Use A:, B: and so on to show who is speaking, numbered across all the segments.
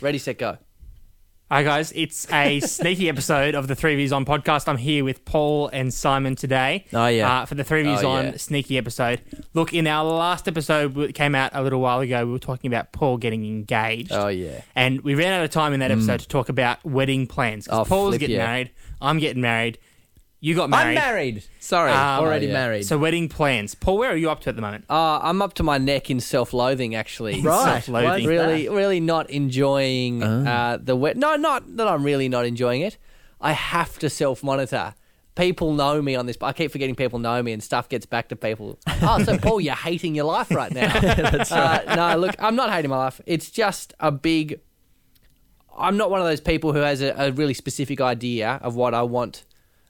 A: Ready, set, go.
B: Hi, guys. It's a sneaky episode of the Three Views On podcast. I'm here with Paul and Simon today.
A: Oh, yeah.
B: Uh, for the Three Views
A: Oh,
B: On
A: yeah.
B: sneaky episode. Look, in our last episode that came out a little while ago, we were talking about Paul getting engaged.
A: Oh, yeah. Mm.
B: And we ran out of time in that episode to talk about wedding plans. 'cause
A: Oh,
B: Paul's
A: flip
B: getting
A: yeah.
B: married. I'm getting married. You got married.
A: I'm married. Ah, Sorry,
B: Um,
A: already
B: oh, yeah.
A: married.
B: So, wedding plans. Paul, where are you up to at the moment?
A: uh, I'm up to my neck in self-loathing, actually.
B: Right. Self-loathing.
A: Really, really not enjoying uh, the wet. No, not that I'm really not enjoying it. I have to self-monitor. People know me on this. I keep forgetting people know me, and stuff gets back to people. Oh, so Paul, you're hating your life right now. That's right. no, look, I'm not hating my life. It's just a big I'm not one of those people who has a, a really specific idea of what I want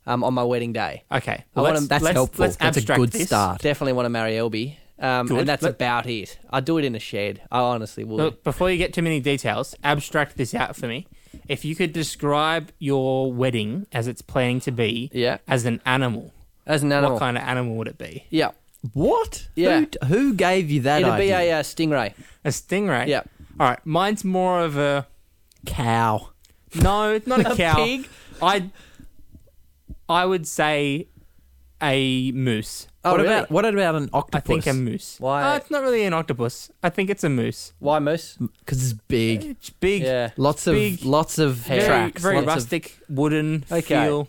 A: um, on my wedding day.
B: Okay.
A: I wanna-
B: let's-
C: That's
B: let's-
C: helpful.
B: let's
C: That's a
B: abstract
C: good
B: this.
C: start.
A: Definitely want to marry Elby, um,
B: Good.
A: and that's
B: Let-
A: about it. I do it in a shed. I honestly would.
B: Look, before you get too many details, abstract this out for me. If you could describe your wedding as it's planning to be
A: Yeah.
B: as an animal,
A: As an animal.
B: what kind of animal would it be?
A: yeah,
C: What?
A: Yeah.
C: Who, who gave you that
A: it'd be
C: idea?
A: a uh, stingray.
B: A stingray?
A: Yeah.
B: All right. Mine's more of a.
C: cow.
B: No, it's not a,
A: A
B: cow.
A: pig?
B: I, I would say a moose.
A: Oh,
C: what
A: really?
C: about what about an
B: I
C: octopus?
B: think a moose.
A: Why-
B: Uh, it's not really an octopus. I think it's a moose.
A: Why moose?
C: because it's big.
B: It's big.
A: Yeah.
C: Lots of
B: big,
C: lots of
B: Very,
C: tracks.
B: very
C: lots
B: rustic, wooden
A: Okay.
B: feel.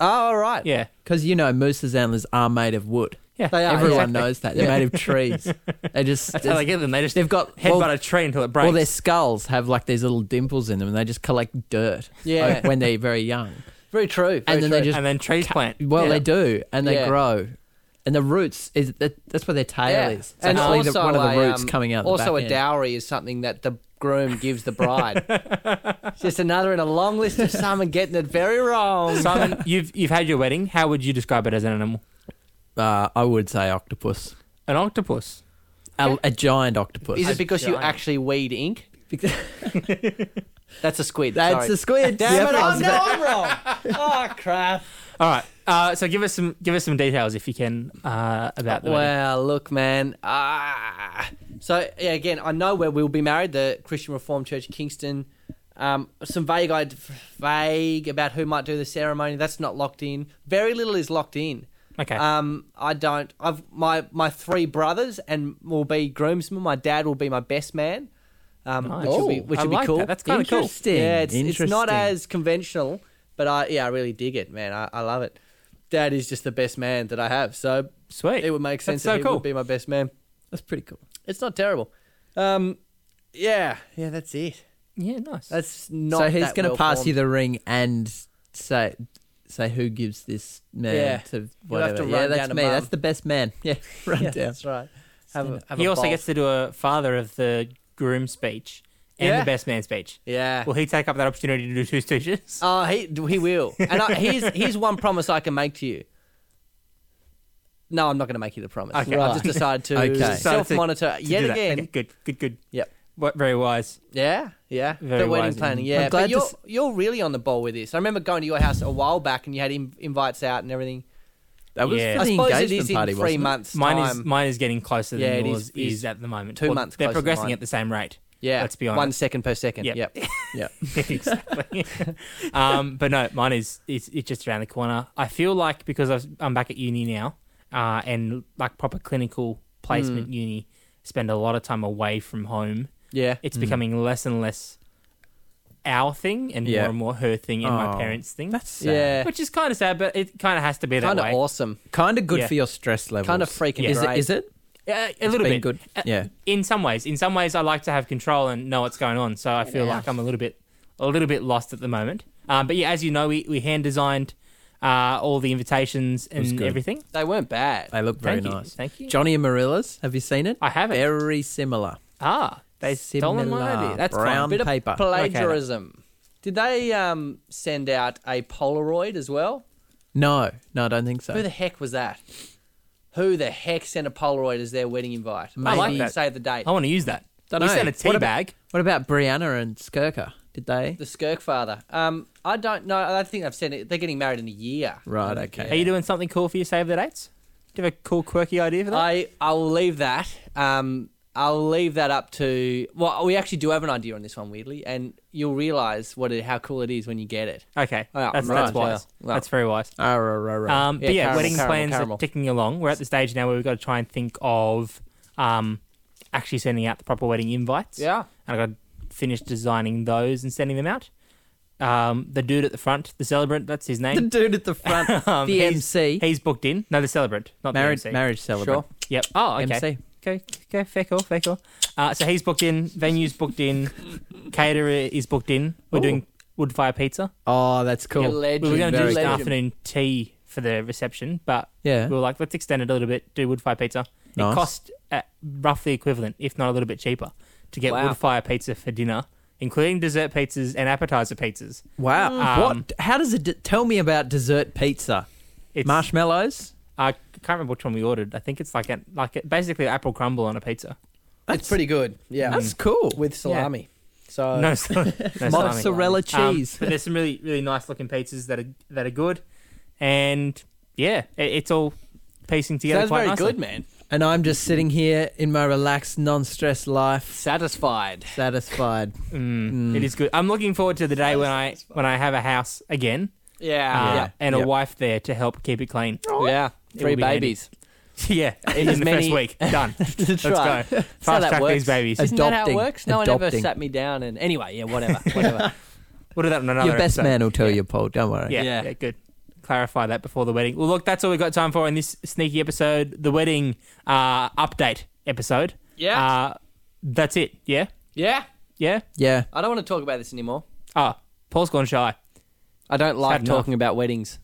A: Oh, all right.
B: Yeah.
C: Because you know moose's antlers are made of wood.
B: Yeah.
A: They are,
C: Everyone
A: exactly.
C: knows that they're made of trees. They just
B: That's how they get them. They just
C: they've got
B: headbutt
C: well,
B: a tree until it breaks.
C: well, their skulls have like these little dimples in them, and they just collect dirt.
A: Yeah.
C: like, when they're very young.
A: Very true. very
C: And then they
A: true.
C: just-
B: and then trees plant.
C: Well,
B: Yeah.
C: they do, and they
A: Yeah.
C: grow, and the roots is that, that's where their tail
A: Yeah.
C: is. It's actually the, one of the
A: a,
C: roots
A: um,
C: coming out. the
A: Also,
C: back
A: a
C: end.
A: dowry is something that the groom gives the bride. It's just another in a long list of someone getting it very wrong.
B: Simon, you've you've had your wedding. How would you describe it as an animal?
C: Uh, I would say octopus.
B: An octopus.
C: A, a giant octopus.
A: Is it because you
B: giant.
A: actually weed ink? That's a squid.
C: That's
A: sorry.
C: a squid.
A: Damn
C: Yep,
A: it!
C: I
A: I
C: was
A: know
C: about-
A: I'm wrong. Oh crap!
B: All right. Uh, so give us some give us some details if you can uh, about the wedding.
A: Well, look, man. Ah. So yeah, again, I know where we'll be married. The Christian Reformed Church, Kingston. Um, some vague, I'd, vague about who might do the ceremony. That's not locked in. Very little is locked in.
B: Okay.
A: Um, I don't. I've my my three brothers and will be groomsmen. My dad will be my best man. Um,
B: Nice.
A: which will be
B: Oh,
A: which
B: I
A: will be
B: like
A: cool.
B: that. That's kinda cool.
C: Interesting.
A: Yeah, it's, it's not
C: Interesting.
A: as conventional, but I yeah I really dig it, man. I, I love it. Dad is just the best man that I have. So
B: Sweet.
A: it would make sense.
B: That's so
A: that he
B: cool.
A: would be my best man.
C: That's pretty cool.
A: It's not terrible. Um, yeah, yeah, that's it.
B: yeah, nice.
A: That's not.
C: so he's
A: that
C: going to
A: well
C: pass
A: formed.
C: you the ring and say say who gives this man
A: Yeah.
C: to
A: You'll have
C: whatever.
A: to
C: yeah,
A: run
C: that's
A: down to
C: me.
A: Mum.
C: That's the best man. Yeah, run
A: Yeah,
C: down.
A: that's right. Have a, have
B: he
A: a
B: also
A: bowl.
B: gets to do a father of the groom speech and
A: Yeah.
B: the best man speech.
A: yeah.
B: Will he take up that opportunity to do two stooges?
A: Oh, he he will. And I, here's here's one promise I can make to you. No, I'm not going to make you the promise.
B: Okay.
A: I've just decided to
C: Okay. Decided to-
A: self monitor
B: To do
A: yet
B: that.
A: again.
B: Okay, good, good, good.
A: Yep.
B: What, very wise.
A: Yeah, yeah.
B: Very
A: the wedding
B: wise.
A: planning.
B: Mm.
A: Yeah,
C: I'm glad
A: but
C: to
A: you're
C: s-
A: you're really on the ball with this. I remember going to your house a while back, and you had in, invites out and everything.
C: That was
B: Yeah.
C: for
A: I
C: the
A: suppose it
C: engagement
A: is in
C: party,
A: three
C: wasn't it?
A: months.
B: Mine
A: time.
B: is mine is getting closer
A: Yeah,
B: than
A: it is-
B: yours is,
A: is
B: at the moment.
A: two months
B: They're
A: closer than
B: progressing
A: mine.
B: at the same rate.
A: Yeah,
B: let's be
A: One
B: honest.
A: second per second.
B: Yep.
A: Yep.
C: Yeah.
B: exactly. um, but no, mine is it's, it's just around the corner. I feel like because I've, I'm back at uni now, uh, and like proper clinical
A: Hmm.
B: placement uni, spend a lot of time away from home.
A: yeah.
B: It's becoming less and less our thing, and
C: Yeah.
B: more and more her thing and my
C: Oh,
B: parents' thing.
C: That's sad.
A: Yeah.
B: which is kind of sad, but it kind of has to be that
A: Kind
B: way.
A: of awesome.
C: Kind of good
B: Yeah.
C: for your stress level.
A: Kind of freaking
C: Is
A: great.
C: it? Is it?
B: Yeah, a
C: It's
B: little
C: been
B: bit
C: good.
B: Uh,
C: Yeah.
B: in some ways. In some ways, I like to have control and know what's going on. So I feel
A: Yeah.
B: like I'm a little bit, a little bit lost at the moment. Um, but yeah, as you know, we, we hand designed uh, all the invitations
C: was
B: and
C: good.
B: everything.
A: They weren't bad.
C: They look very
B: Thank you.
C: nice.
B: Thank you.
C: Johnny Amarillas. Have you seen it?
B: I haven't.
C: Very similar.
B: Ah, they
C: similar.
B: stolen my idea. That's
C: brown
B: fine.
A: Bit of
C: paper.
A: Plagiarism. Did they um, send out a Polaroid as well?
C: no, no, I don't think so.
A: Who the heck was that? Who the heck sent a Polaroid as their wedding invite?
C: I
A: Maybe
C: like
A: you
B: that.
A: Save the date.
B: I want to use that.
C: Don't
B: we
C: know.
B: sent a tea
C: What about-
B: bag.
C: What about Brianna and Skirker? Did they?
A: The Skirk father. Um, I don't know. I don't think I've sent it. They're getting married in a year.
C: Right.
B: Are
C: Okay.
B: you doing something cool for your save the dates? Do you have a cool, quirky idea for that?
A: I I will leave that um, I'll leave that up to. Well, we actually do have an idea on this one, weirdly, and you'll realize what it, how cool it is when you get it.
B: Okay,
A: Yeah,
B: that's,
A: right,
B: that's wise.
A: yeah.
B: That's very wise.
C: Ah, rah, rah, rah.
B: Um,
A: Yeah,
B: but yeah,
A: caramel,
B: wedding
A: caramel,
B: plans
A: caramel.
B: are ticking along. We're at the stage now where we've got to try and think of um, actually sending out the proper wedding invites.
A: Yeah.
B: And I've got to finish designing those and sending them out. Um, the dude at the front, the celebrant, that's his
C: the
B: name.
C: dude at the front,
B: Um,
C: the
B: he's-
C: MC,
B: He's booked in. No, the celebrant, not
C: marriage,
B: the MC.
C: marriage celebrant.
B: Yep. Oh, okay.
C: MC.
B: Okay, okay, fair call, fair call. Uh, so he's booked in, venue's booked in, caterer is booked in. We're
A: Ooh.
B: doing wood fire pizza.
C: Oh, that's cool.
A: You're legend.
B: we were going to do
A: very
B: just
A: legend.
B: afternoon tea for the reception, but
C: Yeah.
B: we were like, let's extend it a little bit, do wood fire pizza.
C: Nice.
B: It cost uh, roughly equivalent, if not a little bit cheaper, to get
A: Wow.
B: wood fire pizza for dinner, including dessert pizzas and appetizer pizzas.
C: Wow.
B: Um,
C: what? How does it? d tell me about dessert pizza.
B: It's,
C: Marshmallows.
B: I can't remember which one we ordered. I think it's like a, like a, basically an apple crumble on a pizza.
A: It's pretty good. Yeah.
C: That's cool.
A: with salami. So
B: no, sal- no salami.
C: Oh. Mozzarella
B: Um,
C: cheese.
B: but there's some really really nice looking pizzas that are that are good, and yeah, it, it's all piecing together
A: sounds
B: quite
A: very
B: nicely.
A: good, man.
C: and I'm just sitting here in my relaxed, non-stress life,
A: Satisfied.
C: satisfied.
B: Mm, It is good. I'm looking forward to the day when I when I have a house again uh,
A: Yeah.
B: and a
C: Yeah.
B: wife there to help keep it clean.
A: yeah. yeah.
B: It
A: Three
B: will be handy.
A: babies.
B: yeah, in
A: as
B: the
A: many-
B: first week, done.
A: That's
B: Let's
A: right.
B: go.
A: how
B: Fast
A: that
B: track
A: works.
B: these babies.
C: As-
A: Isn't that how it
C: Adopting.
A: works? No one ever
C: Adopting.
A: sat me down and anyway, yeah, whatever, whatever.
B: We'll do that in another
C: Your best
B: episode.
C: man will tell you, Paul. Don't worry.
B: Yeah,
A: Yeah.
B: yeah, good. Clarify that before the wedding. Well, look, that's all we got time for in this sneaky episode, the wedding uh, update episode.
A: Yeah.
B: Uh, that's it. Yeah.
A: yeah.
B: Yeah.
C: Yeah.
A: I don't want to talk about this anymore.
B: Ah, Paul's gone shy.
A: I don't like
B: Had enough.
A: talking about weddings.